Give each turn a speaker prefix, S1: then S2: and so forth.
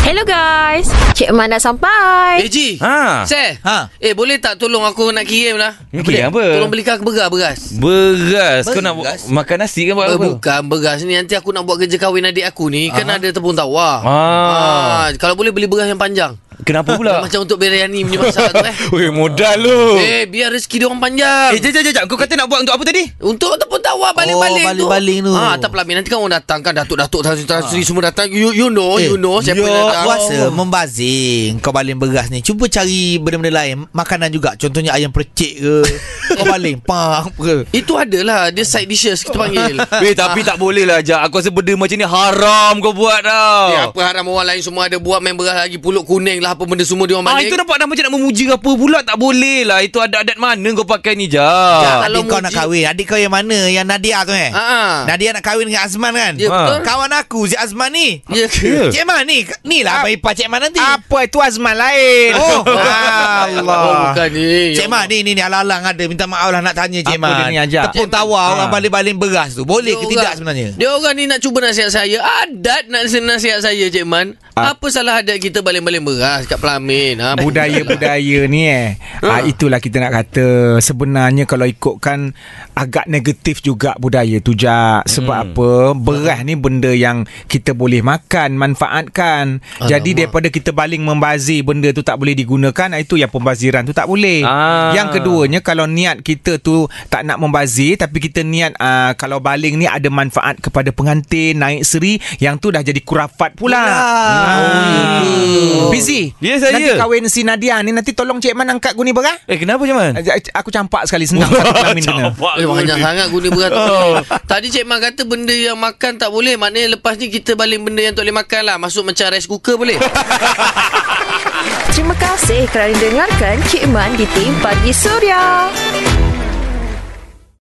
S1: Hello guys. Cik Man dah sampai.
S2: Eh Ji
S3: Ha.
S2: Sel
S4: Ha.
S2: Eh boleh tak tolong aku nak kirim lah
S3: Nak kirim apa?
S2: Tolong belikan aku beras beras
S3: Beras. Kau nak
S4: Beras?
S3: makan nasi ke buat
S2: Eh,
S3: apa?
S2: Bukan beras ni Nanti aku nak buat kerja kahwin adik aku ni Kan ada tepung tawar Ah,
S3: Ah.
S2: Kalau boleh beli beras yang panjang
S3: Kenapa
S4: Ah.
S3: pula?
S2: Macam untuk Beriani punya masalah tu eh
S3: Weh, modal lu.
S2: Eh biar rezeki dia orang panjang
S4: Oh. Eh, jap, jap, jap, jap. Kau kata nak buat untuk apa tadi?
S2: Untuk tepung tawar baling-baling
S4: Oh, baling-baling tu.
S2: Ah, tak pelamin Nanti kan orang datang kan Datuk-datuk Tansri-tansri semua datang You, you know Oh, You know Siapa yang
S4: yo,
S2: datang
S4: Eh, Ya puasa membazir Kau baling beras ni Cuba cari benda-benda lain Makanan juga Contohnya ayam percik ke Kau baling Pam ke
S2: Itu adalah Dia side dishes kita panggil
S4: Ha.
S3: Weh, tapi tak boleh lah, Jak. Aku rasa benda macam ni haram kau buat tau. Ah,
S2: Eh, apa haram orang lain semua ada buat main beras lagi pulut kuning lah apa benda semua dia orang
S3: Ah,
S2: maling.
S3: itu nampak dah macam nak memuji apa pula. Tak boleh lah. Itu adat-adat mana kau pakai ni,
S4: Ah,
S3: Jak?
S2: kalau
S4: adik kau nak
S2: muji-
S4: kahwin Adik kau yang mana Yang Nadia tu eh
S2: Ha, ha.
S4: Nadia nak kahwin dengan Azman kan
S2: Ya,
S3: betul.
S4: Kawan aku Si Azman ni
S2: Ya ke?
S4: Cik Man ni Ni
S2: Ah.
S4: lah abang ipar Cik Man nanti
S5: Apa itu Azman lain
S4: Oh
S2: Oh,
S4: Allah
S2: bukan ni.
S4: Cik Man ni ni ni alang-alang ada minta maaf lah nak tanya Cik
S5: Apa dia
S4: Man.
S5: ni ajak? Ah.
S4: Tepung tawar orang baling-baling beras tu boleh
S2: Ya
S4: ke tidak sebenarnya?
S2: Dia orang ni nak cuba nasihat saya. Adat nak nasihat saya Cik Man. Apa salah adat kita baling-baling beras kat pelamin? Ha,
S5: budaya-budaya ni eh. Ha. itulah kita nak kata sebenarnya kalau ikutkan agak negatif juga budaya tu jak sebab hmm. apa beras ni benda yang kita boleh makan manfaatkan jadi daripada kita baling membazir benda tu tak boleh digunakan itu yang pembaziran tu tak boleh
S3: Ah.
S5: yang keduanya kalau niat kita tu tak nak membazir tapi kita niat uh, kalau baling ni ada manfaat kepada pengantin naik seri yang tu dah jadi kurafat pula
S4: Ah.
S5: Oh, Busy
S3: Ya, saya.
S5: Nanti kahwin si Nadia ni Nanti tolong Cik Man angkat guni berah
S3: Eh, kenapa, Jak Man?
S5: Aku campak sekali Senang satu kelamin kena
S3: Campak
S2: Eh,
S3: kau
S2: banyak
S3: ni.
S2: sangat guna berat oh. Tadi Cik Man kata benda yang makan tak boleh Maknanya lepas ni kita baling benda yang tak boleh makan lah Masuk macam rice cooker boleh
S1: Terima kasih kerana dengarkan Cik Man di Tim Pagi Surya.